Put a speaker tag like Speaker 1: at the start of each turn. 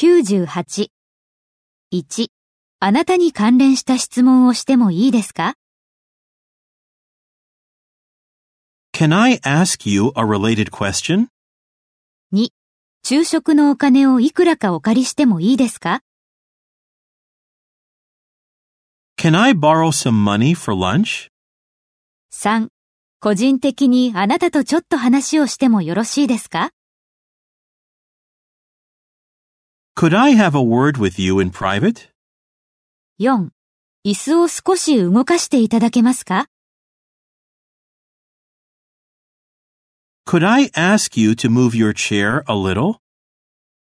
Speaker 1: 98。1、あなたに関連した質問をしてもいいですか
Speaker 2: Can I ask you a related question?
Speaker 1: 2、昼食のお金をいくらかお借りしてもいいですか
Speaker 2: Can I borrow some money for lunch?
Speaker 1: 3、個人的にあなたとちょっと話をしてもよろしいですか
Speaker 2: Could I have a word with you in private?
Speaker 1: 4. 椅子を少し動かしていただけますか
Speaker 2: Could I ask you to move your chair a little?